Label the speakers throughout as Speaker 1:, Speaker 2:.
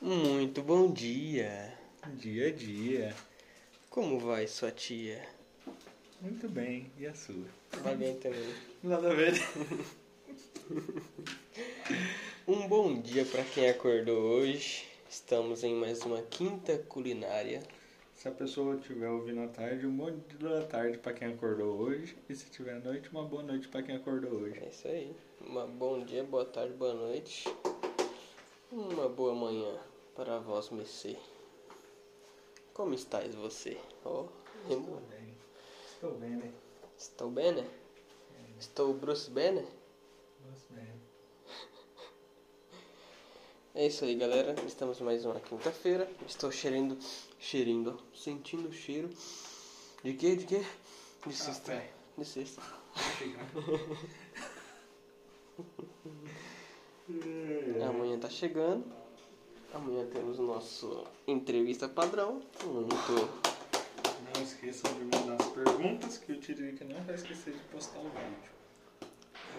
Speaker 1: Muito bom dia.
Speaker 2: Dia a dia.
Speaker 1: Como vai sua tia?
Speaker 2: Muito bem. E a sua?
Speaker 1: Vai bem também.
Speaker 2: Nada a ver.
Speaker 1: Um bom dia para quem acordou hoje. Estamos em mais uma quinta culinária.
Speaker 2: Se a pessoa estiver ouvindo à tarde, um bom dia da tarde pra quem acordou hoje. E se tiver à noite, uma boa noite pra quem acordou hoje.
Speaker 1: É isso aí. Uma bom dia, boa tarde, boa noite. Uma boa manhã para vós, Messi. Como estáis você? Oh,
Speaker 2: Estou bem. Estou bem, né?
Speaker 1: estou bem, né? Estou Bruce bem, né?
Speaker 2: Estou bem.
Speaker 1: É isso aí, galera. Estamos mais uma quinta-feira. Estou cheirando, cheirando, ó. sentindo o cheiro de quê? De quê? De
Speaker 2: Tá,
Speaker 1: sexta.
Speaker 2: Café.
Speaker 1: de sexta.
Speaker 2: tá
Speaker 1: Amanhã tá chegando. Amanhã temos nosso entrevista padrão. Muito.
Speaker 2: Não esqueçam de mandar as perguntas que o Tiririca não vai esquecer de postar o vídeo.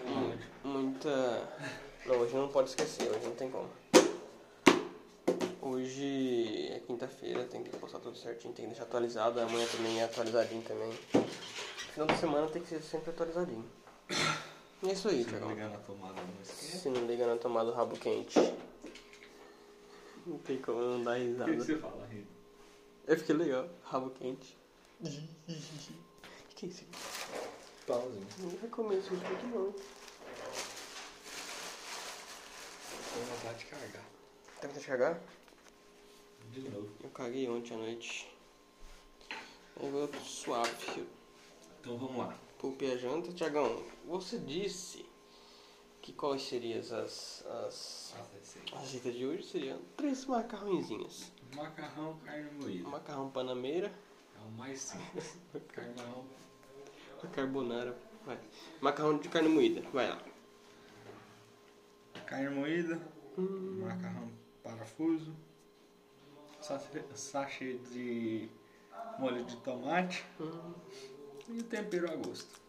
Speaker 2: O áudio.
Speaker 1: Muita. Não, hoje não pode esquecer, hoje não tem como. Hoje é quinta-feira, tem que postar tudo certinho, tem que deixar atualizado. Amanhã também é atualizadinho também. Final de semana tem que ser sempre atualizadinho. E é isso aí,
Speaker 2: Se não
Speaker 1: Tiagão.
Speaker 2: ligar na tomada, não esquece.
Speaker 1: Se não liga na tomada o rabo quente. Não tem como não dar
Speaker 2: O
Speaker 1: risada.
Speaker 2: que que você fala, Rino?
Speaker 1: Eu fiquei legal, rabo quente. que que é isso?
Speaker 2: Pauzinho.
Speaker 1: Não vai comer isso muito não.
Speaker 2: Tô com vontade de cagar.
Speaker 1: Tá com vontade de cagar?
Speaker 2: De novo.
Speaker 1: Eu caguei ontem à noite. Agora eu tô suave. Eu
Speaker 2: Então vamos lá.
Speaker 1: poupei a janta. Tiagão, você disse que quais seriam as, as, as receitas de hoje? Seriam três macarrõezinhas.
Speaker 2: Macarrão, carne moída.
Speaker 1: Macarrão panameira,
Speaker 2: É o mais simples. Macarrão,
Speaker 1: a carbonara, vai. Macarrão de carne moída, vai lá.
Speaker 2: carne moída, macarrão parafuso, sachê- sachê de molho de tomate
Speaker 1: Hum,
Speaker 2: e o tempero a gosto.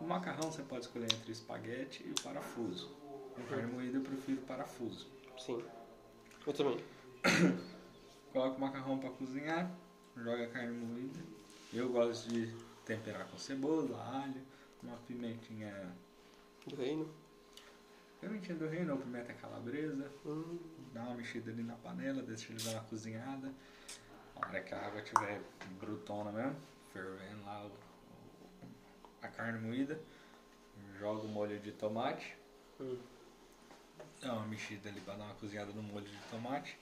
Speaker 2: O macarrão você pode escolher entre espaguete e o parafuso. Com carne moída eu prefiro parafuso.
Speaker 1: Sim. Eu também.
Speaker 2: Coloca o macarrão para cozinhar, joga a carne moída. Eu gosto de temperar com cebola, alho, uma pimentinha.
Speaker 1: Do reino.
Speaker 2: Pimentinha do reino ou pimenta calabresa.
Speaker 1: Hum,
Speaker 2: Dá uma mexida ali na panela, deixa ele dar uma cozinhada. A hora que a água estiver brutona mesmo, fervendo lá o- o- a carne moída, joga o molho de tomate,
Speaker 1: hum.
Speaker 2: dá uma mexida ali para dar uma cozinhada no molho de tomate.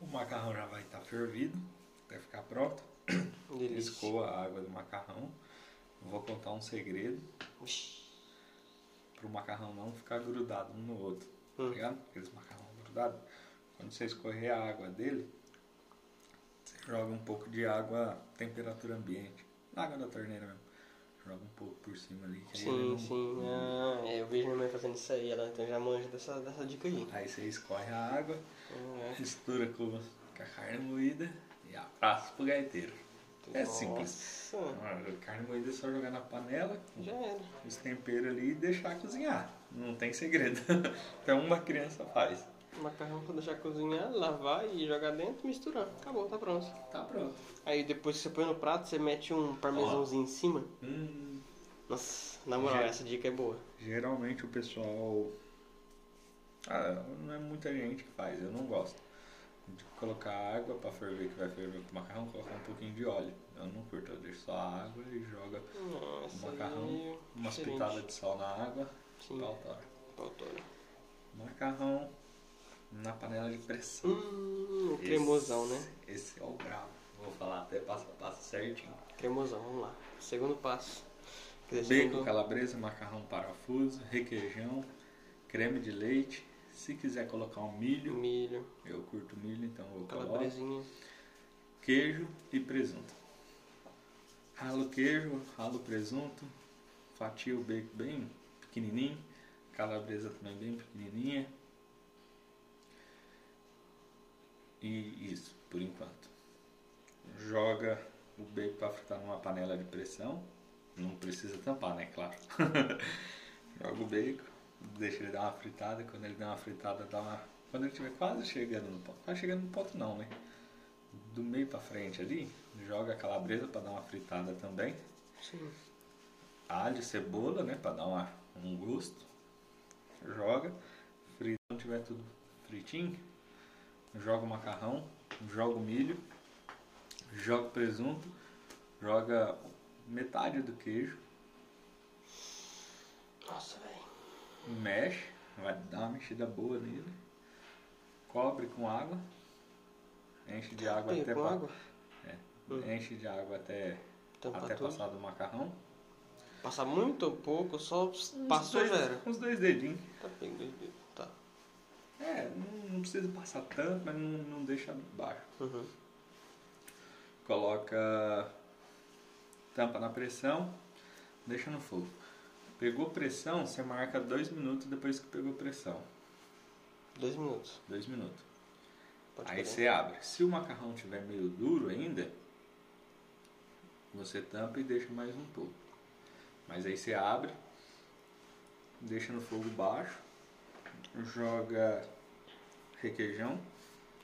Speaker 2: O macarrão já vai estar fervido, até ficar pronto.
Speaker 1: Delícia.
Speaker 2: Escoa a água do macarrão. Vou contar um segredo
Speaker 1: Vixe.
Speaker 2: pro macarrão não ficar grudado um no outro. Tá
Speaker 1: Hum.
Speaker 2: ligado? Aqueles macarrão grudados. Quando você escorrer a água dele, você joga um pouco de água à temperatura ambiente. Na água da torneira mesmo. Joga um pouco por cima ali. Que aí, ele
Speaker 1: Sim,
Speaker 2: não-
Speaker 1: sim. Ah, é, eu vejo minha mãe fazendo isso aí, ela então já manja dessa, dessa dica aí.
Speaker 2: aí você escorre a água,
Speaker 1: Ah,
Speaker 2: mistura com, com a carne moída e abraça pro gaiteiro. É simples.
Speaker 1: Nossa,
Speaker 2: A carne moída é só jogar na panela,
Speaker 1: já era.
Speaker 2: os temperos ali e deixar cozinhar. Não tem segredo. Até uma criança faz.
Speaker 1: O macarrão pra deixar cozinhar, lavar e jogar dentro, misturar. Acabou, tá pronto.
Speaker 2: Tá pronto.
Speaker 1: Aí depois que você põe no prato, você mete um parmesãozinho em cima.
Speaker 2: Hum,
Speaker 1: Nossa, na moral,
Speaker 2: Já.
Speaker 1: essa dica é boa.
Speaker 2: geralmente o pessoal. Ah, não é muita gente que faz, eu não gosto. De colocar água pra ferver, que vai ferver com o macarrão, colocar um pouquinho de óleo. Eu não curto, eu deixo só a água e joga
Speaker 1: Nossa,
Speaker 2: Macarrão,
Speaker 1: aí,
Speaker 2: umas
Speaker 1: diferente.
Speaker 2: pitadas de sal na água e
Speaker 1: Sim,
Speaker 2: pautar.
Speaker 1: pautora.
Speaker 2: Macarrão na panela de pressão.
Speaker 1: Hum, o cremosão, né?
Speaker 2: Esse é o bravo. Vou falar até passo a passo certinho.
Speaker 1: Cremosão, vamos lá. Segundo passo. Quer dizer,
Speaker 2: Bacon,
Speaker 1: segundo-
Speaker 2: calabresa, macarrão parafuso, requeijão, creme de leite. Se quiser colocar um milho,
Speaker 1: milho,
Speaker 2: Eu curto milho, então eu coloco
Speaker 1: calabresinha.
Speaker 2: queijo e presunto. Ralo o queijo, ralo o presunto, fatia o bacon bem pequenininho, calabresa também bem pequenininha. E isso, por enquanto. Joga o bacon para fritar numa panela de pressão. Não precisa tampar, né? Claro. Joga o bacon, deixa ele dar uma fritada. Quando ele der uma fritada, dá uma. Quando ele estiver quase chegando no ponto. Quase chegando no ponto, não, né? Do meio para frente ali, joga a calabresa para dar uma fritada também.
Speaker 1: Sim.
Speaker 2: Alho, cebola, né? Para dar uma, um gosto. Joga. Frita, quando tiver tudo fritinho, joga o macarrão, joga o milho, joga o presunto, joga metade do queijo,
Speaker 1: Nossa, velho.
Speaker 2: mexe, vai dar uma mexida boa nele, cobre com água, enche de água
Speaker 1: Tem
Speaker 2: até
Speaker 1: com
Speaker 2: pa-
Speaker 1: Tá água?
Speaker 2: enche de água até,
Speaker 1: Tampa
Speaker 2: até
Speaker 1: tudo.
Speaker 2: passar do macarrão.
Speaker 1: Passa muito ou pouco, só
Speaker 2: Uns
Speaker 1: passou
Speaker 2: dois-
Speaker 1: já era.
Speaker 2: Uns dois dedinhos.
Speaker 1: Tá bem, dois dedos. Tá.
Speaker 2: É, não, não precisa passar tanto, mas não, não deixa baixo.
Speaker 1: Uhum.
Speaker 2: Coloca tampa na pressão, deixa no fogo. Pegou pressão, você marca dois minutos depois que pegou pressão.
Speaker 1: Dois minutos.
Speaker 2: Dois minutos.
Speaker 1: Pode
Speaker 2: Aí
Speaker 1: crer.
Speaker 2: você abre. Se o macarrão tiver meio duro ainda, você tampa e deixa mais um pouco. Mas aí você abre, deixa no fogo baixo, joga requeijão,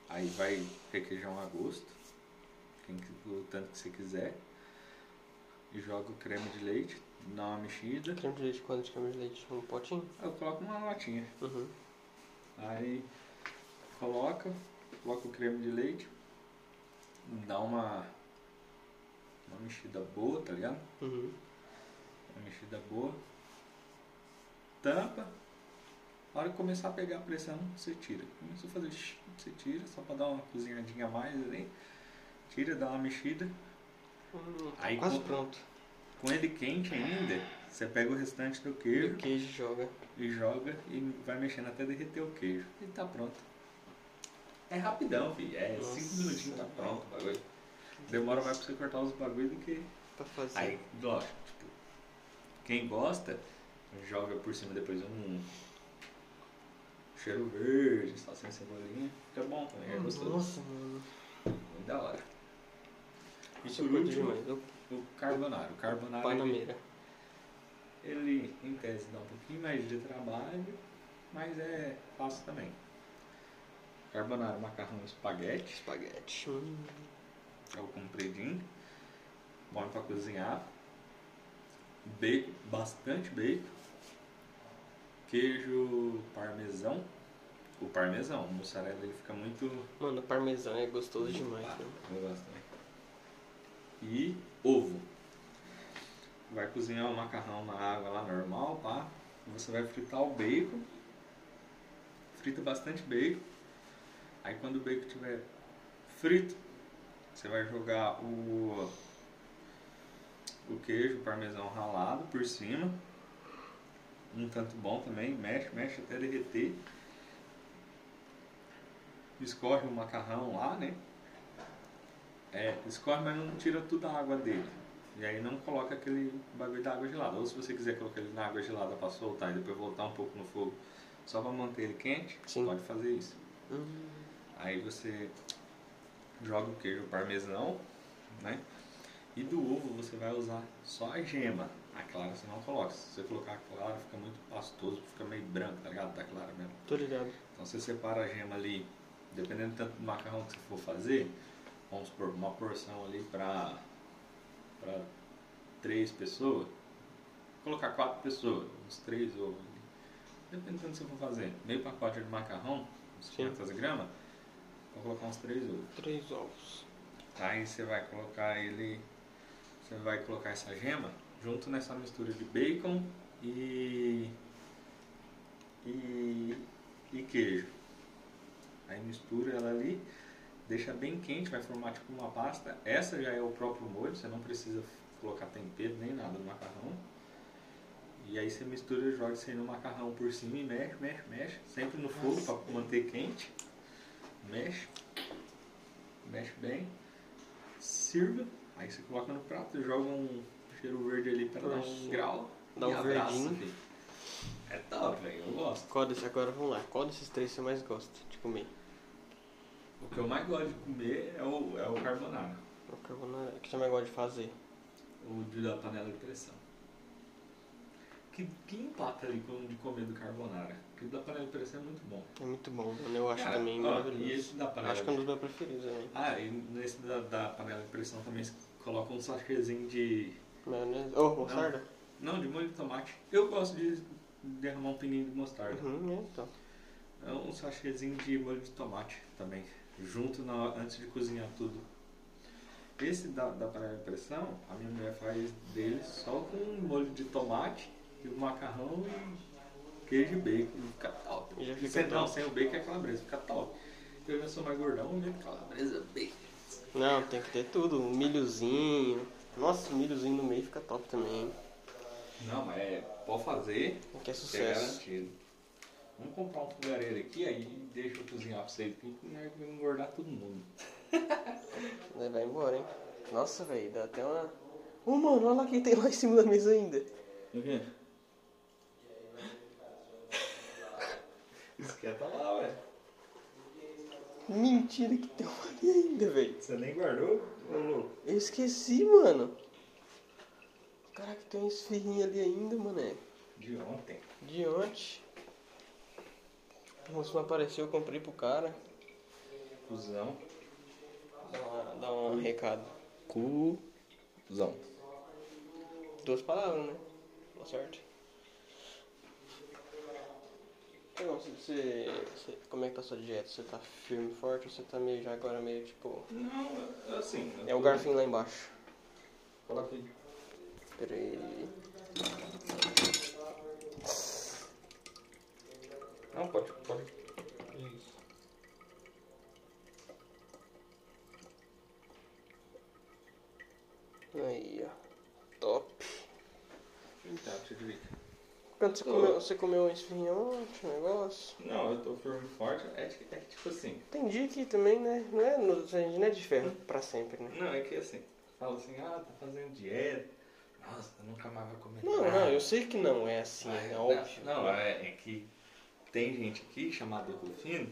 Speaker 2: aí vai requeijão a gosto, quem que- o tanto que você quiser, e joga o creme de leite, dá uma mexida,
Speaker 1: Creme de leite, quanto de creme de leite? Um potinho?
Speaker 2: eu coloco uma latinha.
Speaker 1: Uhum.
Speaker 2: Aí coloca, coloca o creme de leite, dá uma, uma mexida boa, tá ligado?
Speaker 1: Uhum.
Speaker 2: Uma mexida boa. Tampa. A hora que começar a pegar a pressão, você tira. Começou a fazer shh, você tira, só pra dar uma cozinhadinha a mais ali. Tira, dá uma mexida.
Speaker 1: Hum, tá
Speaker 2: Aí
Speaker 1: quase
Speaker 2: com-
Speaker 1: pronto.
Speaker 2: Com ele quente ainda, você pega o restante do
Speaker 1: E
Speaker 2: queijo
Speaker 1: o queijo joga.
Speaker 2: e joga e vai mexendo até derreter o queijo. E tá pronto. É rapidão, filho. É
Speaker 1: Nossa.
Speaker 2: 5 minutinhos, tá pronto o bagulho. Demora mais pra você cortar os bagulhos do que.
Speaker 1: Pra fazer.
Speaker 2: Aí, lógico, tipo, quem gosta, joga por cima depois um cheiro verde, só sem cebolinha. Fica bom também, é
Speaker 1: Hum,
Speaker 2: gostoso.
Speaker 1: Nossa, mano.
Speaker 2: Muito da hora. E
Speaker 1: Isso é
Speaker 2: por
Speaker 1: eu curto
Speaker 2: último,
Speaker 1: demais. Eu
Speaker 2: o carbonara. O carbonara ele,
Speaker 1: panameira.
Speaker 2: ele, em tese, dá um pouquinho mais de trabalho, mas é fácil também. Carbonara, macarrão, espaguete.
Speaker 1: Espaguete. Hum.
Speaker 2: É o compridinho. Bom pra cozinhar. Bacon, bastante bacon. Queijo parmesão. O parmesão, o mussarela ele fica muito.
Speaker 1: Mano, parmesão é gostoso demais.
Speaker 2: Ah,
Speaker 1: Né?
Speaker 2: Eu gosto também. E ovo. Vai cozinhar o macarrão na água lá normal, pá. Você vai fritar o bacon. Frita bastante bacon. Aí quando o bacon estiver frito, você vai jogar o o queijo, o parmesão ralado por cima. Um tanto bom também, mexe, mexe até derreter. Escorre o macarrão lá, né? É, escorre, mas não tira toda a água dele. E aí não coloca aquele bagulho da água gelada. Ou se você quiser colocar ele na água gelada para soltar e depois voltar um pouco no fogo, só para manter ele quente,
Speaker 1: Sim.
Speaker 2: pode fazer isso.
Speaker 1: Hum.
Speaker 2: Aí você joga o queijo parmesão, né? E do ovo você vai usar só a gema. A clara você não coloca. Se você colocar a clara, fica muito pastoso, fica meio branco, tá ligado? Da clara mesmo.
Speaker 1: Tô ligado.
Speaker 2: Então você separa a gema ali, dependendo do tanto do macarrão que você for fazer, vamos supor, uma porção ali pra, pra três pessoas, colocar quatro pessoas, uns três ovos ali. Depende do tanto que você for fazer. Meio pacote de macarrão, uns
Speaker 1: Sim.
Speaker 2: 500 gramas, vou colocar uns três ovos.
Speaker 1: Três ovos.
Speaker 2: Aí tá? você vai colocar ele. Você vai colocar essa gema junto nessa mistura de bacon e. e, e queijo. Aí mistura ela ali, deixa bem quente, vai formar tipo uma pasta. Essa já é o próprio molho, você não precisa colocar tempero nem nada no macarrão. E aí você mistura e joga isso aí no macarrão por cima e mexe, mexe, mexe. Sempre no fogo para manter quente. Mexe. Mexe bem sirva, aí você coloca no prato, joga um cheiro verde ali pra dar
Speaker 1: Nossa.
Speaker 2: um grau.
Speaker 1: Dá um
Speaker 2: e abraça,
Speaker 1: verdinho.
Speaker 2: filho. É top, velho, eu gosto.
Speaker 1: Qual desse, agora vamos lá. Qual desses três você mais gosta de comer?
Speaker 2: O que eu mais gosto de comer é o, é o carbonara.
Speaker 1: O carbonara. O que você mais gosta de fazer?
Speaker 2: O de da panela de pressão. Que, que empata ali com o de comer do carbonara. Porque o da panela de pressão é muito bom.
Speaker 1: É muito bom, mano. Eu acho
Speaker 2: Cara,
Speaker 1: também
Speaker 2: ó,
Speaker 1: maravilhoso.
Speaker 2: E esse da panela
Speaker 1: Acho
Speaker 2: de
Speaker 1: que é um dos meus preferidos também.
Speaker 2: Ah, e nesse da, da panela de pressão também se coloca um sachêzinho de.
Speaker 1: Maionese. Oh, mostarda?
Speaker 2: Não, de molho de tomate. Eu gosto de derramar um pinguinho de mostarda.
Speaker 1: Uhum, é, então.
Speaker 2: É um sachêzinho de molho de tomate também. Junto na hora- antes de cozinhar tudo. Esse da, da panela de pressão, a minha mulher faz dele só com molho de tomate, e macarrão e queijo e bacon. Fica top.
Speaker 1: E já fica
Speaker 2: Sem- Não,
Speaker 1: top.
Speaker 2: sem o bacon é calabresa, fica top. Eu já sou mais gordão, eu meto calabresa, bacon.
Speaker 1: Não, tem que ter tudo. Um milhozinho. Nossa, o milhozinho no meio fica top também. hein?
Speaker 2: Não, mas é, pode fazer,
Speaker 1: Que é
Speaker 2: que é
Speaker 1: sucesso.
Speaker 2: garantido. Vamos comprar um fogareiro aqui, aí deixa eu cozinhar é pra vocês, porque nós vamos engordar todo mundo.
Speaker 1: Daí Né, Vai embora, hein? Nossa, velho, dá até uma. Ô, mano, olha lá quem tem lá em cima da mesa ainda.
Speaker 2: O quê? Esquenta lá, ué.
Speaker 1: Mentira que tem uma ali ainda, velho.
Speaker 2: Você nem guardou, ô louco?
Speaker 1: Eu esqueci, mano. Caraca, tem um esfirrinho ali ainda, mané.
Speaker 2: De ontem.
Speaker 1: De ontem. O moço não apareceu, eu comprei pro cara.
Speaker 2: Cusão.
Speaker 1: Dá, uma- dá um recado.
Speaker 2: Cusão.
Speaker 1: Duas palavras, né? Tá certo. Então, você, você- você- como é que tá a sua dieta? Você tá firme, forte ou você tá meio já agora meio tipo.
Speaker 2: Não, assim. eu
Speaker 1: É o
Speaker 2: tô-
Speaker 1: garfinho lá embaixo.
Speaker 2: Coloca aí.
Speaker 1: Pera aí.
Speaker 2: Não, pode, pode.
Speaker 1: Aí, ó. Top.
Speaker 2: Então, deixa eu te ver.
Speaker 1: Quando você
Speaker 2: Tô.
Speaker 1: comeu, você comeu um esfirrinho ontem, um negócio?
Speaker 2: Não, eu tô firme e forte. É, ti- é tipo assim.
Speaker 1: Entendi que também, né? Não é, no- a gente não é de ferro pra sempre, né?
Speaker 2: Não, é que assim. Fala assim, ah, tá fazendo dieta. Nossa, nunca mais vai comer
Speaker 1: Não,
Speaker 2: nada.
Speaker 1: não, eu sei que não é assim,
Speaker 2: Ah,
Speaker 1: é
Speaker 2: não,
Speaker 1: óbvio.
Speaker 2: Não, é, é que tem gente aqui chamada Rufino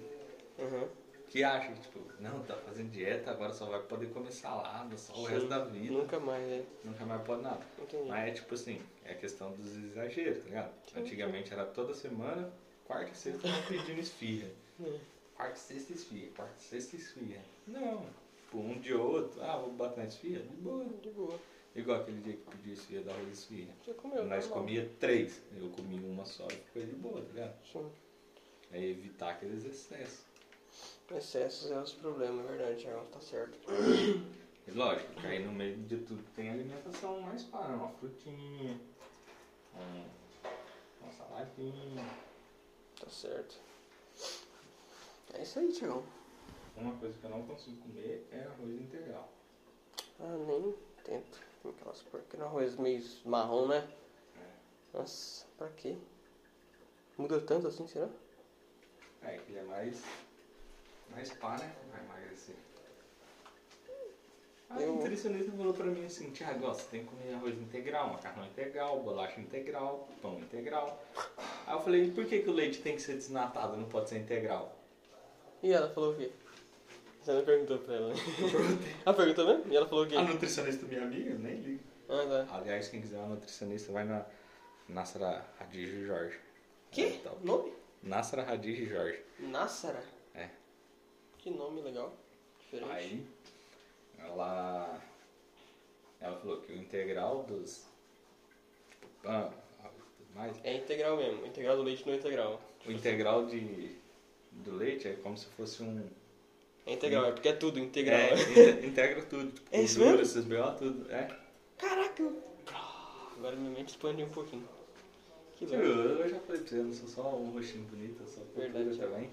Speaker 1: Uhum.
Speaker 2: que acha que, tipo, não, tá fazendo dieta, agora só vai poder comer salada, só o
Speaker 1: Sim.
Speaker 2: resto da vida.
Speaker 1: Nunca mais, é.
Speaker 2: Nunca mais pode nada.
Speaker 1: Entendi.
Speaker 2: Mas é tipo assim, é a questão dos exageros, tá ligado?
Speaker 1: Sim,
Speaker 2: Antigamente era toda semana, quarta e sexta tava pedindo esfirra.
Speaker 1: É.
Speaker 2: Quarta e sexta esfirra, quarta e sexta esfirra. Não, tipo, um dia ou outro, ah, vou bater na esfirra, de boa.
Speaker 1: De boa.
Speaker 2: Igual aquele dia que pediu esfirra da Rosa Esfirra.
Speaker 1: Você comeu,
Speaker 2: Nós
Speaker 1: tá bom.
Speaker 2: comia três, eu comi uma só e ficou de boa, tá ligado?
Speaker 1: Sim.
Speaker 2: É evitar aqueles excessos.
Speaker 1: Excessos é os problemas, é verdade, Thiago, tá certo.
Speaker 2: E lógico, que aí no meio de tudo tem alimentação mais para uma frutinha, um, uma saladinha,
Speaker 1: Tá certo. É isso aí, Thiago.
Speaker 2: Uma coisa que eu não consigo comer é arroz integral.
Speaker 1: Ah, nem tento. Tem Aquelas porquê no arroz meio marrom, né? Nossa, pra quê? Muda tanto assim, será?
Speaker 2: É, que ele é mais. mais pá, né? Vai emagrecer. Aí
Speaker 1: Eu-
Speaker 2: o nutricionista falou pra mim assim: Tiago, ó, você tem que comer arroz integral, macarrão integral, bolacha integral, pão integral. Aí eu falei: por que, que o leite tem que ser desnatado, não pode ser integral?
Speaker 1: E ela falou o quê? Você não perguntou pra ela, né? ela perguntou mesmo? E ela falou o quê?
Speaker 2: A nutricionista minha amiga, eu nem ligo.
Speaker 1: Ah, tá.
Speaker 2: Aliás, quem quiser uma nutricionista, vai na Nassara Radij Jorge.
Speaker 1: Que?
Speaker 2: É, top.
Speaker 1: Nome?
Speaker 2: Nassara Radij Jorge.
Speaker 1: Nassara?
Speaker 2: É.
Speaker 1: Que nome legal. Diferente.
Speaker 2: Aí, ela, ela falou que o integral dos tipo, pão, arroz e tudo mais,
Speaker 1: É integral mesmo. Integral do leite não é integral.
Speaker 2: o integral de, do leite é como se fosse um...
Speaker 1: É integral, é porque é tudo integral.
Speaker 2: Hum. É,
Speaker 1: né?
Speaker 2: inte- integra tudo, tipo,
Speaker 1: É isso
Speaker 2: gordura,
Speaker 1: mesmo?
Speaker 2: esses B.O., tudo, é.
Speaker 1: Caraca! eu- Ah, Agora minha mente expandiu um pouquinho. Que
Speaker 2: Eu,
Speaker 1: louco.
Speaker 2: Tipo, eu já falei pra você, eu não sou só um rostinho bonito, eu sou cultura
Speaker 1: Verdade.
Speaker 2: também.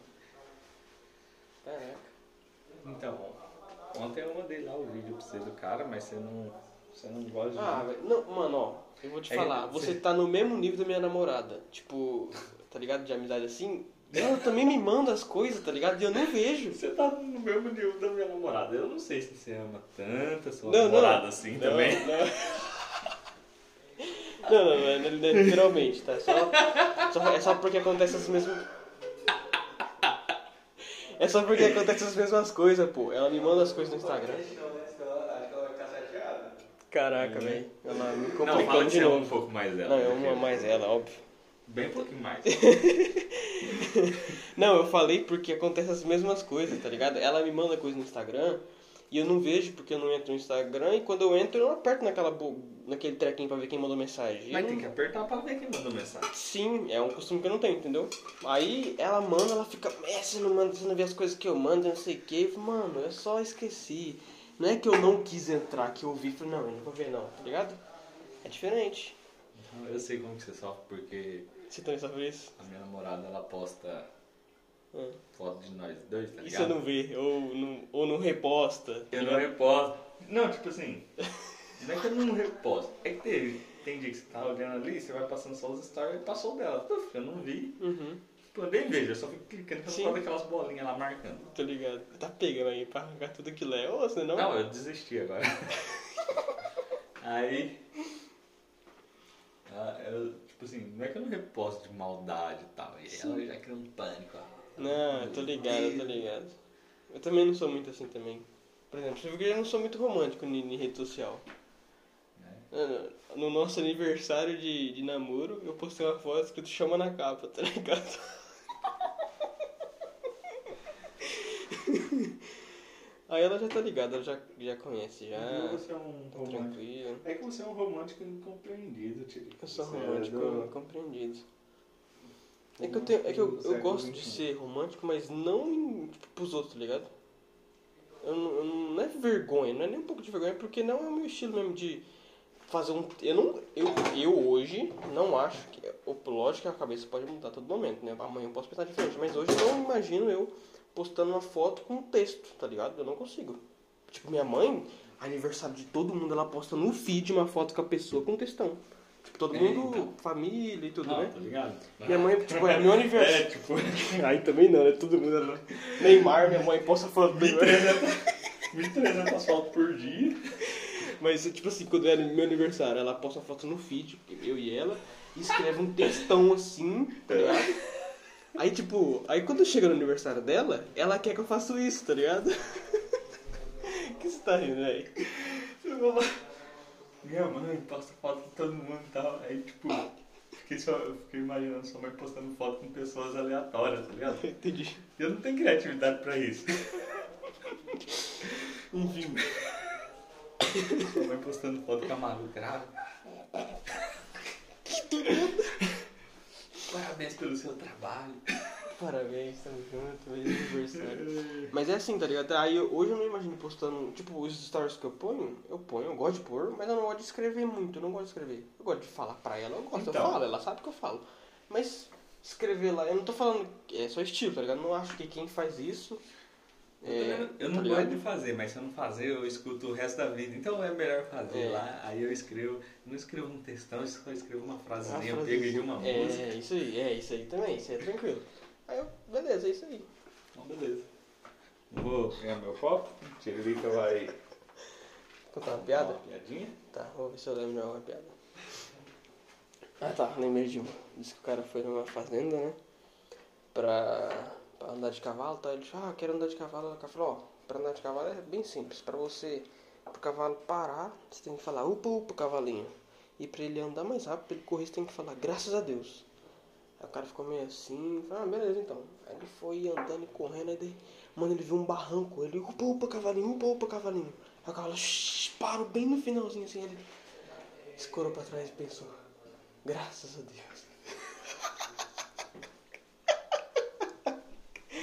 Speaker 1: Caraca.
Speaker 2: Então, ontem eu mandei lá o vídeo pra você do cara, mas você não, você não gosta de...
Speaker 1: Ah, velho. Não, mano, ó. Eu vou te
Speaker 2: É,
Speaker 1: falar.
Speaker 2: você-
Speaker 1: Você tá no mesmo nível da minha namorada. Tipo, tá ligado? De amizade assim. Ela também me manda as coisas, tá ligado? E eu não vejo.
Speaker 2: Você tá no mesmo nível da minha namorada. Eu não sei se você ama tanto a sua
Speaker 1: Não, não.
Speaker 2: namorada assim
Speaker 1: Não,
Speaker 2: também.
Speaker 1: Não, não, não, não, não, literalmente, tá? Só, só- é só porque acontece as mesmas. É só porque acontece as mesmas coisas, pô. Ela me manda as coisas no Instagram.
Speaker 2: Ela
Speaker 1: Caraca, velho. Ela me
Speaker 2: É. Não, fala
Speaker 1: complicando de
Speaker 2: que você ama um
Speaker 1: novo.
Speaker 2: pouco mais dela.
Speaker 1: Não, eu
Speaker 2: porque- é
Speaker 1: amo mais ela, óbvio.
Speaker 2: Bem pouquinho mais.
Speaker 1: Não, eu falei porque acontece as mesmas coisas, tá ligado? Ela me manda coisa no Instagram e eu não vejo porque eu não entro no Instagram e quando eu entro eu aperto naquela bo- naquele trequinho pra ver quem mandou mensagem.
Speaker 2: Mas
Speaker 1: Eu
Speaker 2: tem que
Speaker 1: não-
Speaker 2: apertar pra ver quem mandou mensagem.
Speaker 1: Sim, é um costume que eu não tenho, entendeu? Aí ela manda, ela fica, é, você não manda, você não vê as coisas que eu mando, não sei o que. Mano, eu só esqueci. Não é que eu não quis entrar, que eu vi, falei, não, eu não vou ver não, tá ligado? É diferente.
Speaker 2: Então, Eu sei como que você sofre, porque
Speaker 1: Você também sabe isso?
Speaker 2: a minha namorada, ela posta
Speaker 1: Hum.
Speaker 2: foto de nós dois, tá ligado?
Speaker 1: E você não vê, ou não, ou não reposta. tá
Speaker 2: Eu não reposto. Não, tipo assim. Não é que eu não reposto. É que teve. Tem dia que você tá olhando ali, você vai passando só os stories e passou dela. Puf, eu não vi.
Speaker 1: Uhum,
Speaker 2: Tipo, eu nem vejo, eu só fico clicando e
Speaker 1: Sim.
Speaker 2: só aquelas bolinhas lá marcando.
Speaker 1: tô ligado. Tá pegando aí pra arrancar tudo que é. Ô, você não?
Speaker 2: Não, eu desisti agora. Aí. ah, eu, tipo assim, não é que eu não reposto de maldade e tal. E ela já cria um pânico. ó.
Speaker 1: Não, eu tô ligado, eu tô ligado. Eu também não sou muito assim também. Por exemplo, você viu que eu não sou muito romântico em, em rede social.
Speaker 2: É.
Speaker 1: No nosso aniversário de, de namoro, eu postei uma foto escrito chama na capa, tá ligado? Aí ela já tá ligada, ela já, já conhece, já.
Speaker 3: Então
Speaker 2: Uhum.
Speaker 3: Você é um
Speaker 1: Tá
Speaker 3: romântico.
Speaker 1: tranquila.
Speaker 3: É que você é um romântico incompreendido, Tiri.
Speaker 1: Eu sou
Speaker 3: Você é
Speaker 1: romântico
Speaker 3: do-
Speaker 1: compreendido. É que eu, tenho, é que eu, eu gosto de ser romântico, mas não em, tipo, pros outros, tá ligado? Eu, não- eu não não é vergonha, não é nem um pouco de vergonha, porque não é o meu estilo mesmo de fazer um. Eu não. Eu, eu hoje não acho que. eu- Lógico que a cabeça pode mudar a todo momento, né? Amanhã eu posso pensar diferente, mas hoje eu não imagino eu postando uma foto com um texto, tá ligado? Eu não consigo. Tipo, minha mãe, aniversário de todo mundo, ela posta no feed uma foto com a pessoa com um textão. Tipo, todo
Speaker 2: É,
Speaker 1: mundo,
Speaker 2: então.
Speaker 1: família e tudo,
Speaker 2: Não,
Speaker 1: né?
Speaker 2: tá ligado?
Speaker 1: Minha mãe, tipo, é meu aniversário.
Speaker 2: É, tipo,
Speaker 1: Aí também não, né? Todo mundo era Neymar, minha mãe posta foto do Neymar.
Speaker 2: 1.300 fotos por dia.
Speaker 1: Mas, tipo assim, quando era meu aniversário, ela posta uma foto no feed, eu e ela, e escreve um textão assim, tá ligado? Aí, tipo, aí quando chega no aniversário dela, ela quer que eu faça isso, tá ligado? que você tá rindo aí?
Speaker 2: Eu vou lá. Minha mãe posta foto com todo mundo e tal. Aí, tipo, fiquei só, eu fiquei imaginando sua mãe postando foto com pessoas aleatórias, tá ligado?
Speaker 1: Entendi.
Speaker 2: E Eu não tenho criatividade pra isso. Enfim. sua mãe postando foto com a tá Malu grávida. Parabéns pelo seu trabalho.
Speaker 1: Parabéns, tamo junto, feliz aniversário. Mas é assim, tá ligado? Aí eu- hoje eu não imagino postando. Tipo, os stories que eu ponho, eu ponho, eu gosto de pôr, mas eu não gosto de escrever muito, eu não gosto de escrever. Eu gosto de falar pra ela, eu gosto, eu
Speaker 2: Então.
Speaker 1: falo, ela sabe que eu falo. Mas escrever lá, eu não tô falando. É só estilo, tá ligado? Eu não acho que quem faz isso. é,
Speaker 2: Eu, eu não
Speaker 1: tá ligado?
Speaker 2: gosto de fazer, mas se eu não fazer, eu escuto o resto da vida. Então é melhor fazer
Speaker 1: É.
Speaker 2: lá. Aí eu escrevo, não escrevo um textão, eu só escrevo uma
Speaker 1: Uma
Speaker 2: frasezinha
Speaker 1: frasezinha.
Speaker 2: pega de uma
Speaker 1: é,
Speaker 2: música.
Speaker 1: isso aí, é isso aí também, isso aí é tranquilo. Aí eu, beleza, é isso aí.
Speaker 2: Então beleza. Vou pegar meu copo, Tiririca vai
Speaker 1: Contar uma
Speaker 2: dar
Speaker 1: piada?
Speaker 2: uma piadinha.
Speaker 1: Tá, vou ver se eu lembro de alguma piada. Ah tá, lembrei de uma. Diz que o cara foi numa fazenda, né? Pra, pra andar de cavalo, tá? Ele disse, ah, quero andar de cavalo. O cara falou, ó, pra andar de cavalo é bem simples. Pra você, pro cavalo parar, você tem que falar upa upa cavalinho. E pra ele andar mais rápido, pra ele correr, você tem que falar graças a Deus. Aí o cara ficou meio assim, falou, ah, beleza então. Aí ele foi andando e correndo, aí daí, mano, ele viu um barranco, ele, upa, upa, cavalinho, upa, upa, cavalinho. Aí o cavalo shhh, parou bem no finalzinho assim, ele escorou pra trás e pensou, graças a Deus.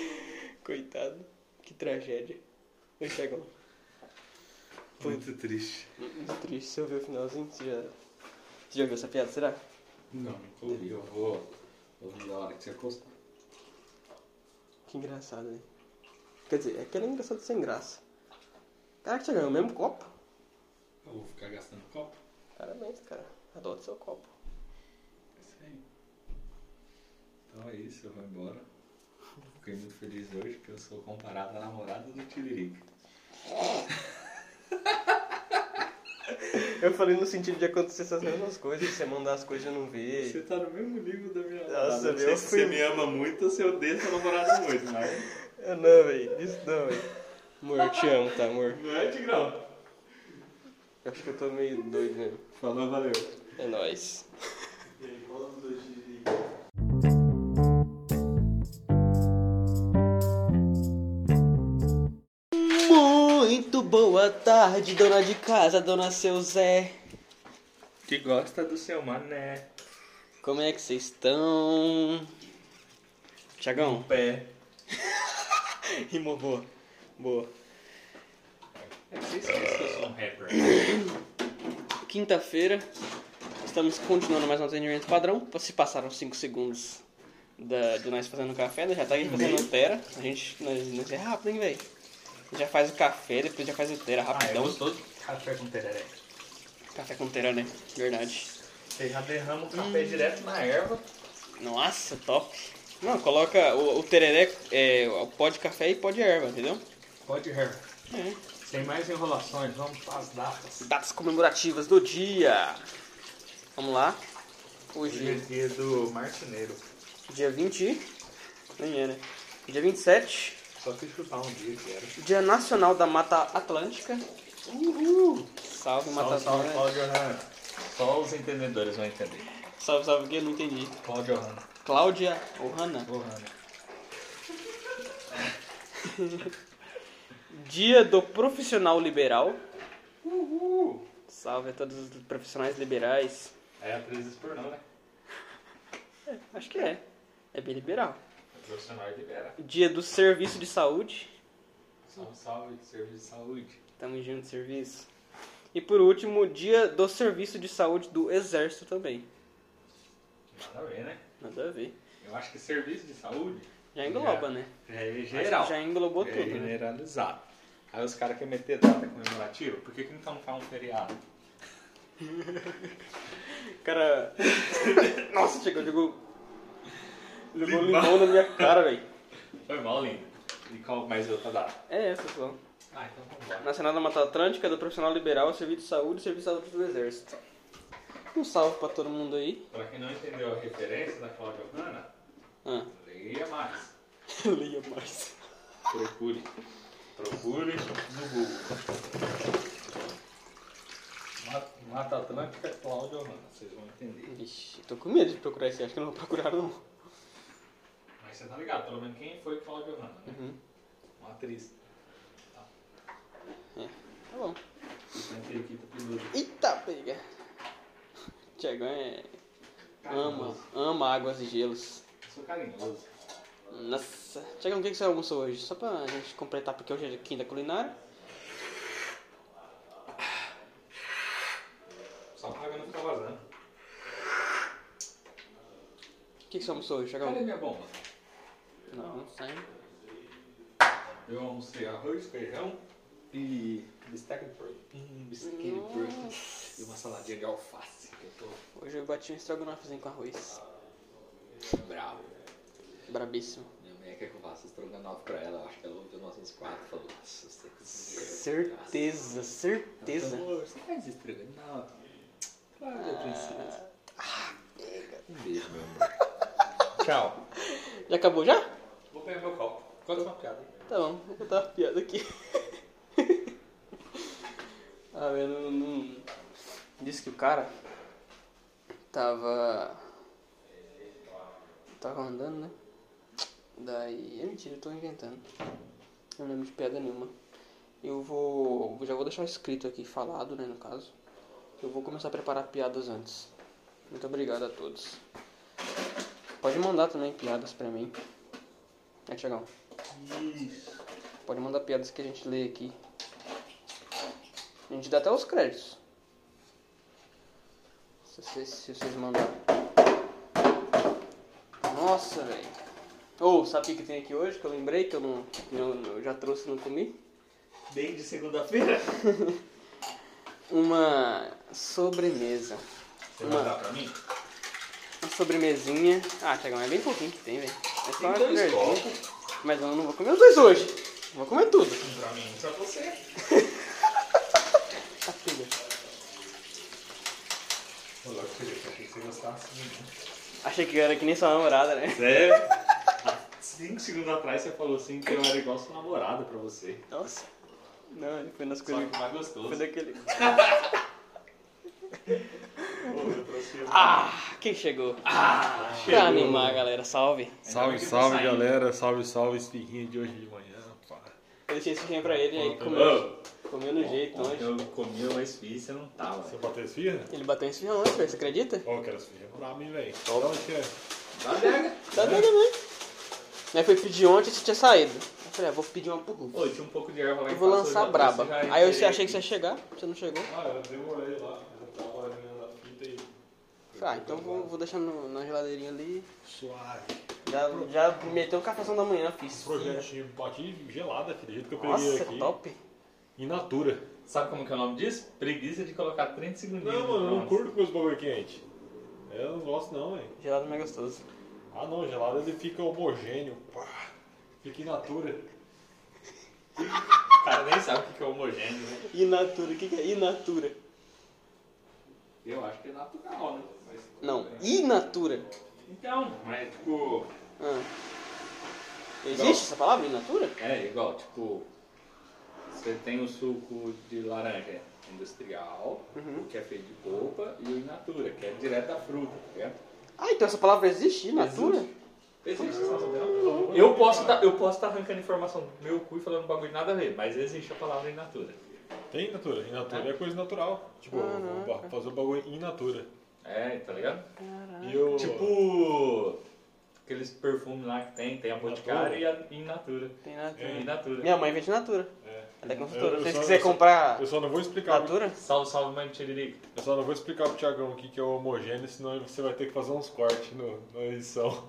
Speaker 1: Coitado, que tragédia. Eu chego.
Speaker 2: Muito triste.
Speaker 1: Muito triste, você ouviu o finalzinho? Você já, você já viu essa piada, será?
Speaker 2: Não, nunca ouvi. Eu vou ouvir a hora que você acostar.
Speaker 1: Que engraçado, né? Quer dizer, é aquele engraçado sem graça. Caraca, você ganhou o mesmo copo?
Speaker 2: Eu vou ficar gastando copo.
Speaker 1: Parabéns, cara. Adota seu copo.
Speaker 2: É isso aí. Então é isso, eu vou embora. Fiquei muito feliz hoje que eu sou comparado à namorada do Tiririca.
Speaker 1: Eu falei no sentido de acontecer essas mesmas coisas, você mandar as coisas e eu não ver.
Speaker 2: Você tá no mesmo nível da minha
Speaker 1: Nossa,
Speaker 2: namorada. Não sei
Speaker 1: meu,
Speaker 2: se
Speaker 1: fui-
Speaker 2: você me ama muito ou se eu odeio sua namorada muito, mas
Speaker 1: Eu não, velho. Isso não, velho. Amor, eu te amo, tá, amor?
Speaker 2: não é, Tigrão?
Speaker 1: Eu acho que eu tô meio doido né? mesmo.
Speaker 2: Falou, valeu.
Speaker 1: É nóis.
Speaker 4: E aí, qual dos dois dirige?
Speaker 1: Muito boa tarde, dona de casa, dona seu Zé.
Speaker 2: Que gosta do seu mané.
Speaker 1: Como é que vocês estão? Tiagão,
Speaker 2: Pé.
Speaker 1: rimou boa. Boa.
Speaker 2: É que você esquece
Speaker 1: né?
Speaker 2: que eu sou um rapper.
Speaker 1: Quinta-feira, estamos continuando mais um atendimento padrão. Se passaram 5 segundos da- do nós fazendo café, né? já tá a gente fazendo tera. A gente nós, nós é rápido, hein, velho? Já faz o café, depois já faz o tera
Speaker 2: Ah, eu
Speaker 1: rapidão.
Speaker 2: gosto do café com tereré.
Speaker 1: café com tera, né? Verdade.
Speaker 2: Você já derrama o café direto na erva.
Speaker 1: Nossa, top. Não, coloca o, o tereré, é, o pó de café e pó de erva, entendeu?
Speaker 2: Pode erva.
Speaker 1: É.
Speaker 2: Sem mais enrolações, vamos para as datas.
Speaker 1: Datas comemorativas do dia. Vamos lá.
Speaker 2: Hoje é
Speaker 1: Hoje,
Speaker 2: dia do marceneiro.
Speaker 1: dia 20. Nem é, né? Dia 27.
Speaker 2: Só que chutar um dia que era.
Speaker 1: Dia Nacional da Mata Atlântica. Uhul! Salve, Mata Atlântica. Salve,
Speaker 2: Cláudio Hanna. Só os entendedores vão entender.
Speaker 1: salve, o quê? Não entendi.
Speaker 2: Cláudio Hanna.
Speaker 1: Cláudia ou Hanna?
Speaker 2: Ô, Hanna.
Speaker 1: Dia do Profissional Liberal.
Speaker 2: Uhul.
Speaker 1: Salve a todos os profissionais liberais.
Speaker 2: É atrizes por não, né?
Speaker 1: Acho que é. É bem liberal.
Speaker 2: O profissional libera.
Speaker 1: Dia do Serviço de Saúde.
Speaker 2: Salve, salve, serviço de saúde.
Speaker 1: Tamo junto, serviço. E por último, dia do Serviço de Saúde do Exército também.
Speaker 2: Nada a ver, né?
Speaker 1: Nada a ver.
Speaker 2: Eu acho que serviço de saúde
Speaker 1: Já engloba, né?
Speaker 2: é
Speaker 1: Acho que
Speaker 2: geral.
Speaker 1: Já englobou
Speaker 2: É
Speaker 1: tudo, né?
Speaker 2: generalizado. Aí os caras querem meter data comemorativa, por que, que então não faz um feriado?
Speaker 1: Cara. Nossa, chegou, jogou. Jogou
Speaker 2: Limão.
Speaker 1: limão na minha cara, velho.
Speaker 2: Foi mal, lindo. E qual mais outra data?
Speaker 1: É essa, pessoal.
Speaker 2: Ah, então vamos lá.
Speaker 1: Nacional da Mata Atlântica, do Profissional Liberal, Serviço de Saúde e Serviço de Saúde do Exército. Um salve pra todo mundo aí.
Speaker 2: Pra quem não entendeu a referência da Cláudia Hanna,
Speaker 1: Ah,
Speaker 2: leia mais.
Speaker 1: leia mais.
Speaker 2: Procure. Procure no Google. Ma- Mata Atlântica, Cláudia Hanna, vocês vão entender.
Speaker 1: Vixe, tô com medo de procurar esse, acho que eu não vou procurar, não.
Speaker 2: Mas você tá ligado, pelo menos quem foi Cláudia Hanna, né?
Speaker 1: Uhum.
Speaker 2: Uma atriz.
Speaker 1: Tá bom.
Speaker 2: Anteriquita Pinudo.
Speaker 1: Eita, pega. Tiagão é. Ama,
Speaker 2: Carinhoso.
Speaker 1: ama águas e gelos.
Speaker 2: Sou carinhoso.
Speaker 1: Nossa. Tiagão, o que que você almoçou hoje? Só pra gente completar, porque hoje é quinta culinária.
Speaker 2: Só pra água não ficar vazando.
Speaker 1: O que que você almoçou hoje,
Speaker 2: Cadê
Speaker 1: Tiagão?
Speaker 2: minha bomba?
Speaker 1: Não, não sei.
Speaker 2: Eu almocei arroz, feijão e bisteca de porco. Hum, bisteca de porco. E uma saladinha de alface, que eu tô
Speaker 1: Hoje eu bati um estrogonofezinho com arroz.
Speaker 2: bravo.
Speaker 1: Brabíssimo.
Speaker 2: Minha mãe quer que eu faça estrogonofe pra ela. Eu acho que ela ouviu nossas quatro e falou, nossa, você que
Speaker 1: Certeza, certeza.
Speaker 2: Amor, você faz estrogonofe? Claro, minha princesa. Um beijo, meu amor. Tchau.
Speaker 1: Já acabou já?
Speaker 2: Vou pegar meu copo. Conta uma piada.
Speaker 1: Tá bom, vou botar uma piada aqui. ah, eu não, não- Disse que o cara tava. Tava andando, né? Daí. É mentira, eu tô inventando. Eu não lembro de piada nenhuma. Eu vou. Já vou deixar escrito aqui, falado, né, no caso. Eu vou começar a preparar piadas antes. Muito obrigado a todos. Pode mandar também piadas pra mim. É, Tiagão.
Speaker 2: Isso.
Speaker 1: Pode mandar piadas que a gente lê aqui. A gente dá até os créditos. Se vocês, se vocês mandarem. Nossa, velho. Ou, sabe o que que tem aqui hoje que eu lembrei que eu não. Eu, eu já trouxe e não comi?
Speaker 2: Bem de segunda-feira.
Speaker 1: Uma sobremesa.
Speaker 2: Você vai
Speaker 1: Uma-
Speaker 2: dar pra mim?
Speaker 1: Uma sobremesinha. Ah, Tiagão, é bem pouquinho que tem, velho. É só uma
Speaker 2: Tem dois
Speaker 1: colherzinha.
Speaker 2: copos.
Speaker 1: Mas eu não vou comer os dois hoje. Vou comer tudo.
Speaker 2: Um pra mim, um pra você.
Speaker 1: Tá filha.
Speaker 2: Ô, louco, Felipe, achei que você assim, né? gostasse de mim.
Speaker 1: Achei que eu era que nem sua namorada, né?
Speaker 2: Sério? Há cinco segundos atrás você falou assim que eu era igual sua namorada pra você.
Speaker 1: Nossa. Não, ele foi nas
Speaker 2: Só
Speaker 1: coisas.
Speaker 2: que mais gostoso.
Speaker 1: Foi naquele.
Speaker 2: Pô, eu trouxe uma-
Speaker 1: Ah, quem chegou? Ah, pra animar, galera. Salve.
Speaker 5: Salve,
Speaker 2: que eu
Speaker 5: salve
Speaker 2: saí.
Speaker 5: galera, salve, salve, espirrinha de hoje de manhã, pá.
Speaker 1: Eu deixei esse rim pra ele e aí
Speaker 5: é
Speaker 1: comeu.
Speaker 2: Ô,
Speaker 1: Comeu no jeito
Speaker 2: ontem
Speaker 1: hoje.
Speaker 2: eu comi uma esfirra e você não tava.
Speaker 5: Você bateu esfirra?
Speaker 1: Ele bateu em esfirra ontem, você acredita?
Speaker 5: Ó, eu quero esfirra pra mim, velho. Toma, tia.
Speaker 2: Tá pega.
Speaker 1: Tá doido, né? Mas Né, foi pedir ontem e você tinha saído. Eu falei, ah, vou pedir uma pro Rufo.
Speaker 2: Ô, tinha um pouco de erva lá em
Speaker 1: Eu vou
Speaker 2: casa,
Speaker 1: lançar
Speaker 2: já
Speaker 1: braba.
Speaker 2: trouxe, já
Speaker 1: Aí eu
Speaker 2: entrei
Speaker 1: achei que você ia
Speaker 2: aqui.
Speaker 1: chegar, você não chegou.
Speaker 5: Ah, eu demorei lá, eu tava olhando a fita e...
Speaker 1: Falei, Ah, então vou, vou deixar no- na geladeirinha ali.
Speaker 5: Suave.
Speaker 1: Já, já meteu um cafezão da manhã, fiz.
Speaker 5: Projetinho, bati gelada, filho, do jeito que eu peguei
Speaker 1: Nossa, é
Speaker 5: aqui.
Speaker 1: top.
Speaker 5: In natura.
Speaker 2: Sabe como que é o nome disso? Preguiça de colocar 30 segundinhos.
Speaker 5: Não, mano, eu não
Speaker 2: Nossa.
Speaker 5: curto com os bagulho quente. Eu não gosto não, velho.
Speaker 1: Gelado mais gostoso.
Speaker 5: Ah não, gelado ele fica homogêneo. Pá. Fica in natura.
Speaker 2: O cara nem sabe o que que é homogêneo, né?
Speaker 1: Inatura, o que, que é inatura?
Speaker 2: Eu acho que é natural, né? Mas tudo
Speaker 1: Não,
Speaker 2: bem.
Speaker 1: inatura.
Speaker 2: Então, mas tipo.
Speaker 1: Ah. Existe essa palavra, inatura?
Speaker 2: É igual, tipo. Você tem o suco de laranja industrial,
Speaker 1: Uhum.
Speaker 2: o que é feito de polpa, e o in natura, que é direto da fruta, tá ligado?
Speaker 1: Ah, então essa palavra existe, inatura?
Speaker 2: Existe essa palavra? Eu posso tá, estar arrancando informação do meu cu e falando um bagulho nada a ver, mas existe a palavra in natura.
Speaker 5: Tem in natura. In natura é coisa natural. Tipo, vou ba- fazer o bagulho in natura.
Speaker 2: É, tá ligado?
Speaker 5: E eu...
Speaker 2: Tipo. Aqueles perfumes lá que tem, tem a Boticário e a in natura.
Speaker 1: Tem
Speaker 2: É. In
Speaker 1: inatura.
Speaker 2: natura.
Speaker 1: Minha mãe vende natura.
Speaker 5: É.
Speaker 1: Ela é
Speaker 5: Eu-
Speaker 1: consultora.
Speaker 5: eu
Speaker 1: Se vocês
Speaker 5: só-
Speaker 1: quiserem
Speaker 5: eu só-
Speaker 1: comprar
Speaker 5: Eu só não vou explicar.
Speaker 1: natura,
Speaker 2: Salve, salve, mãe do Tiririca.
Speaker 5: Eu só não vou explicar pro Thiagão o que que é homogêneo, senão você vai ter que fazer uns cortes no, na edição.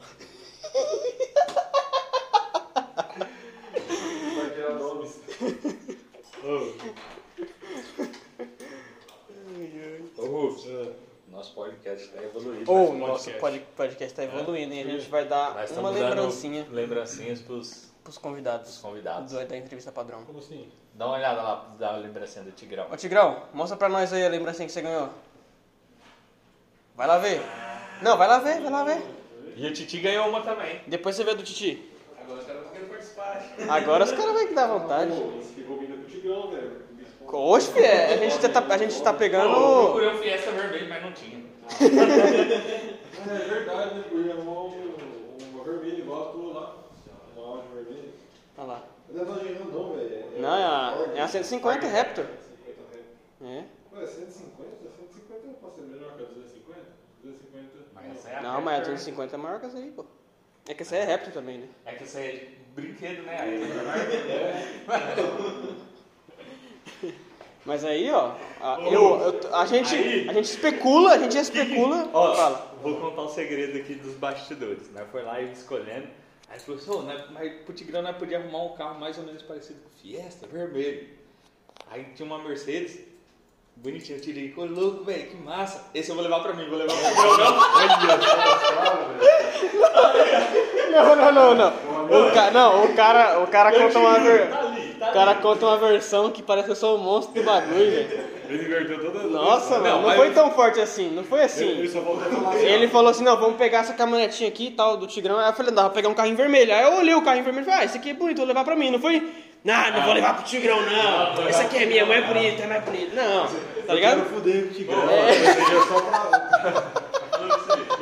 Speaker 5: vai virar nomes. Ô,
Speaker 2: Ô, Rufus,
Speaker 5: é.
Speaker 2: nosso podcast tá evoluído.
Speaker 1: ou
Speaker 5: Mas
Speaker 1: nosso
Speaker 5: podcast. É?
Speaker 1: podcast, podcast tá evoluindo e a gente vai dar
Speaker 2: Nós
Speaker 1: uma
Speaker 2: estamos dando
Speaker 1: lembrancinha
Speaker 2: lembrancinhas pros,
Speaker 1: pros
Speaker 2: pros
Speaker 1: convidados
Speaker 2: convidados.
Speaker 1: do- da entrevista padrão.
Speaker 5: Como assim?
Speaker 2: Dá uma olhada lá, dá a lembrancinha do Tigrão.
Speaker 1: Ô Tigrão, mostra pra nós aí a lembrancinha que você ganhou. Vai lá ver. Não, vai lá ver, vai lá ver.
Speaker 2: E a Titi ganhou uma também.
Speaker 1: Depois você vê a do Titi.
Speaker 2: Agora os caras querem participar.
Speaker 1: Agora os caras vão que dar vontade.
Speaker 5: Esse ficou vindo do Tigrão, velho.
Speaker 1: Oxe, fi, é, a gente tá, a gente tá
Speaker 2: Eu
Speaker 1: pegando.
Speaker 2: procurei o Fiesta vermelho, mas não tinha.
Speaker 5: É verdade, né? Eu ia arrumar um, um vermelho igual a tua lá. Uma áudio vermelha.
Speaker 1: Olha lá.
Speaker 6: Não é tão dinheiro não, velho.
Speaker 1: Não, é a, é a 150 Raptor.
Speaker 5: 50 reais.
Speaker 1: É.
Speaker 6: Ué, 150? 150 eu posso
Speaker 5: É melhor que a 250? 250.
Speaker 2: Mas essa é a
Speaker 1: Não, mas a
Speaker 2: Raptor.
Speaker 1: 250 é maior que essa aí, pô. É que essa aí é Raptor também, né?
Speaker 2: É que essa aí é de brinquedo, né? Aí, né?
Speaker 1: Mas aí, ó, a, eu, eu- a, gente, a gente especula, a gente especula.
Speaker 2: Ó,
Speaker 1: Fala.
Speaker 2: vou contar o segredo aqui dos bastidores. Né? Foi lá e escolhendo. Aí falou assim, "Ô, né, mas pro Tigrão nós podia arrumar um carro mais ou menos parecido com o Fiesta, vermelho. Aí tinha uma Mercedes, bonitinha, eu tirei, ô louco, velho, que massa. Esse eu vou levar pra mim, vou levar pro Tigrão, não.
Speaker 6: é
Speaker 1: Não, não, não, não. O ca- não, o cara, o cara conta uma ver-
Speaker 2: Tá ali, tá
Speaker 1: o cara conta uma versão que parece que eu sou o monstro do bagulho, velho.
Speaker 5: Ele inverteu toda
Speaker 1: Nossa,
Speaker 2: Não,
Speaker 1: mano, não
Speaker 2: mas-
Speaker 1: foi tão forte assim, não foi assim.
Speaker 5: Ele só voltou a falar.
Speaker 1: Ele falou assim, não, vamos pegar essa caminhonetinha aqui e tal, do Tigrão. Aí eu falei, não, vou pegar um carrinho vermelho. Aí eu olhei o carrinho vermelho e falei, ah, esse aqui é bonito, vou levar pra mim, não foi? Não, não vou levar pro Tigrão, não. Esse aqui é minha, mãe é bonita, é mais bonita. Não, tá ligado?
Speaker 5: fuder o Tigrão.
Speaker 6: é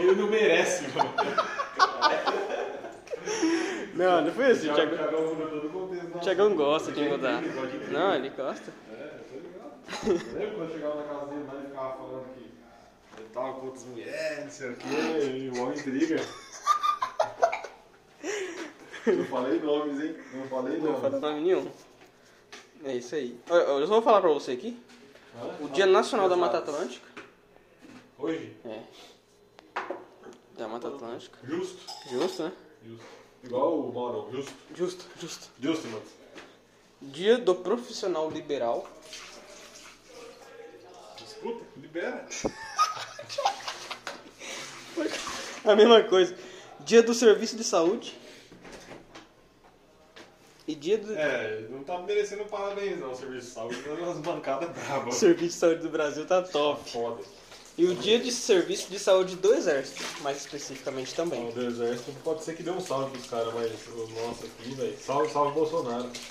Speaker 5: Ele não merece, mano.
Speaker 1: Não, não foi assim,
Speaker 6: é
Speaker 5: O
Speaker 1: Tiagão.
Speaker 5: Thiagão mudou todo o
Speaker 1: O
Speaker 5: contexto.
Speaker 6: né?
Speaker 5: Nossa,
Speaker 1: Tiagão gosta de mudar. Não, ele gosta.
Speaker 6: Tá Lembra quando eu chegava na casa dele lá ele ficava falando que eu tava com outras mulheres, não sei o quê.
Speaker 5: que igual intriga.
Speaker 6: Não falei nomes, hein? Não falei
Speaker 1: Não fala
Speaker 6: nomes.
Speaker 1: pra mim nenhum. É isso aí. Olha, Eu só vou falar pra você aqui. O Dia Nacional da Mata Atlântica.
Speaker 5: Hoje?
Speaker 1: É. Da Mata Atlântica.
Speaker 5: Justo.
Speaker 1: Justo, né?
Speaker 5: Justo. Igual o Mauro. Justo.
Speaker 1: Justo, justo.
Speaker 5: Justo, mano.
Speaker 1: Dia do Profissional Liberal.
Speaker 5: Escuta, libera.
Speaker 1: A mesma coisa. Dia do Serviço de Saúde. E dia do
Speaker 5: É, não tá merecendo parabéns não, o serviço de saúde. Tá umas bancadas brabas.
Speaker 1: Serviço de Saúde do Brasil tá top.
Speaker 5: Foda.
Speaker 1: E o dia de Serviço de Saúde do Exército, mais especificamente também.
Speaker 5: O Então, do exército pode ser que dê um salve pros caras, mas o nosso aqui, velho. Salve, salve Bolsonaro.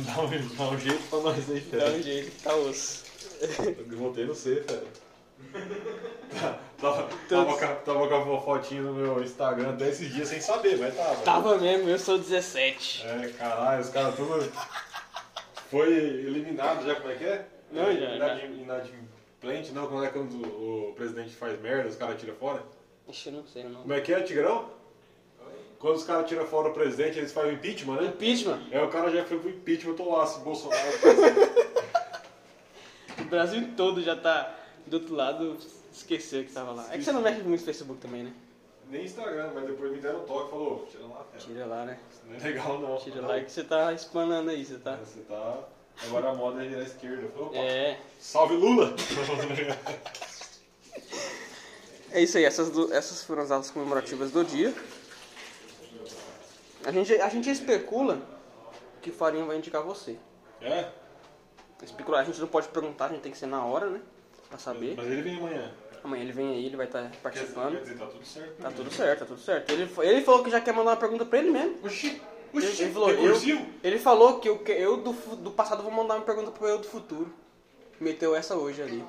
Speaker 5: Dá um, dá um jeito pra nós aí,
Speaker 1: Dá
Speaker 5: fera.
Speaker 1: um jeito que tá osso.
Speaker 5: Eu voltei no C, fera. Tava,
Speaker 1: Todos-
Speaker 5: tava, com a- tava com a fotinha no meu Instagram até esses dias sem saber, mas tava.
Speaker 1: Tava mesmo, eu sou 17.
Speaker 5: É, caralho, os caras tudo. Foi eliminado já, como é que é?
Speaker 1: Não, já,
Speaker 5: Inadim- Inadimplente, não, como é quando o, o presidente faz merda, os caras tiram fora?
Speaker 1: Ixi, eu não sei o nome.
Speaker 5: Como é que é, Tigrão? Quando os caras tiram fora o presidente, eles fazem o impeachment, né?
Speaker 1: Impeachment?
Speaker 5: Aí o cara já foi pro impeachment, eu tô lá, se Bolsonaro.
Speaker 1: O Brasil todo já tá do outro lado, esqueceu que tava lá. É que você não mexe muito no Facebook também, né?
Speaker 5: Nem Instagram, mas depois me deram um toque e falou, "Ô, tira lá, fera.
Speaker 1: Tira lá, né?
Speaker 5: Isso não é legal não.
Speaker 1: Tira lá que você tá espanando aí, você tá.
Speaker 5: Você tá. Agora a moda é virar esquerda. Eu falei, "Opa,
Speaker 1: É.
Speaker 5: Salve Lula!
Speaker 1: É isso aí, essas, du- essas foram as aulas comemorativas do dia. A gente, a gente especula que Farinha vai indicar você.
Speaker 5: é?
Speaker 1: Especular, a gente não pode perguntar, a gente tem que ser na hora, né? Pra saber.
Speaker 5: Mas ele vem amanhã.
Speaker 1: Amanhã ele vem aí, ele vai estar
Speaker 5: Quer dizer,
Speaker 1: participando.
Speaker 5: quer dizer, tá tudo certo.
Speaker 1: Tá
Speaker 5: né?
Speaker 1: tudo certo, tá tudo certo. Ele, fa- ele falou que já quer mandar uma pergunta pra ele mesmo.
Speaker 5: Oxi!
Speaker 1: Ele,
Speaker 5: Oxi!
Speaker 1: ele falou,
Speaker 5: tem
Speaker 1: eu,
Speaker 5: cursivo?
Speaker 1: ele falou que eu, que- eu do, fu- do passado vou mandar uma pergunta pro eu do futuro. Meteu essa hoje ali.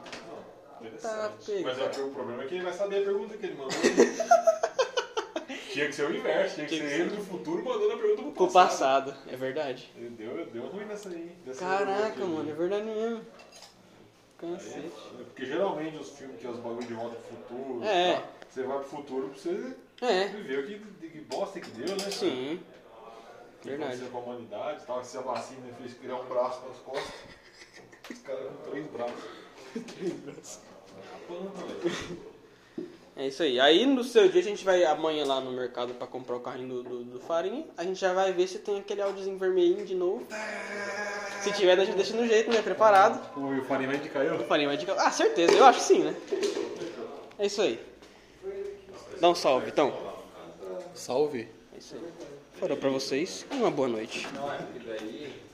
Speaker 5: Interessante.
Speaker 1: pega.
Speaker 5: Mas é que o problema é que ele vai saber a pergunta que ele mandou. tinha que ser o inverso, tinha que
Speaker 1: Tinha que
Speaker 5: ser ele do futuro mandando a pergunta pro
Speaker 1: Pro
Speaker 5: passado.
Speaker 1: passado, é verdade.
Speaker 5: Deu, deu ruim nessa aí. hein? Dessa
Speaker 1: Caraca,
Speaker 5: pergunta aqui.
Speaker 1: mano, é verdade mesmo.
Speaker 5: Aí,
Speaker 1: Cacete.
Speaker 5: é porque geralmente os filmes que é os bagulho de volta pro futuro,
Speaker 1: É.
Speaker 5: tá? você vai pro futuro pra você
Speaker 1: É,
Speaker 5: viver o que, de que bosta que deu, né? cara?
Speaker 1: sim.
Speaker 5: O que
Speaker 1: Verdade.
Speaker 5: aconteceu com a humanidade, tal, se a vacina fez criar um braço nas costas. Os caras com três braços. três braços.
Speaker 1: É isso aí. Aí no seu dia a gente vai amanhã lá no mercado pra comprar o carrinho do, do, do Farinha. A gente já vai ver se tem aquele áudiozinho vermelhinho de novo. Se tiver, a gente deixa no jeito, né? Preparado.
Speaker 5: O Farinha vai indicar
Speaker 1: Eu
Speaker 5: eu?
Speaker 1: falei, mas dica. Ah, certeza, eu acho que sim, né? É isso aí. Dá um salve, então.
Speaker 2: Salve.
Speaker 1: É isso aí. Falou pra vocês e uma boa noite.
Speaker 4: Não, aquilo aí.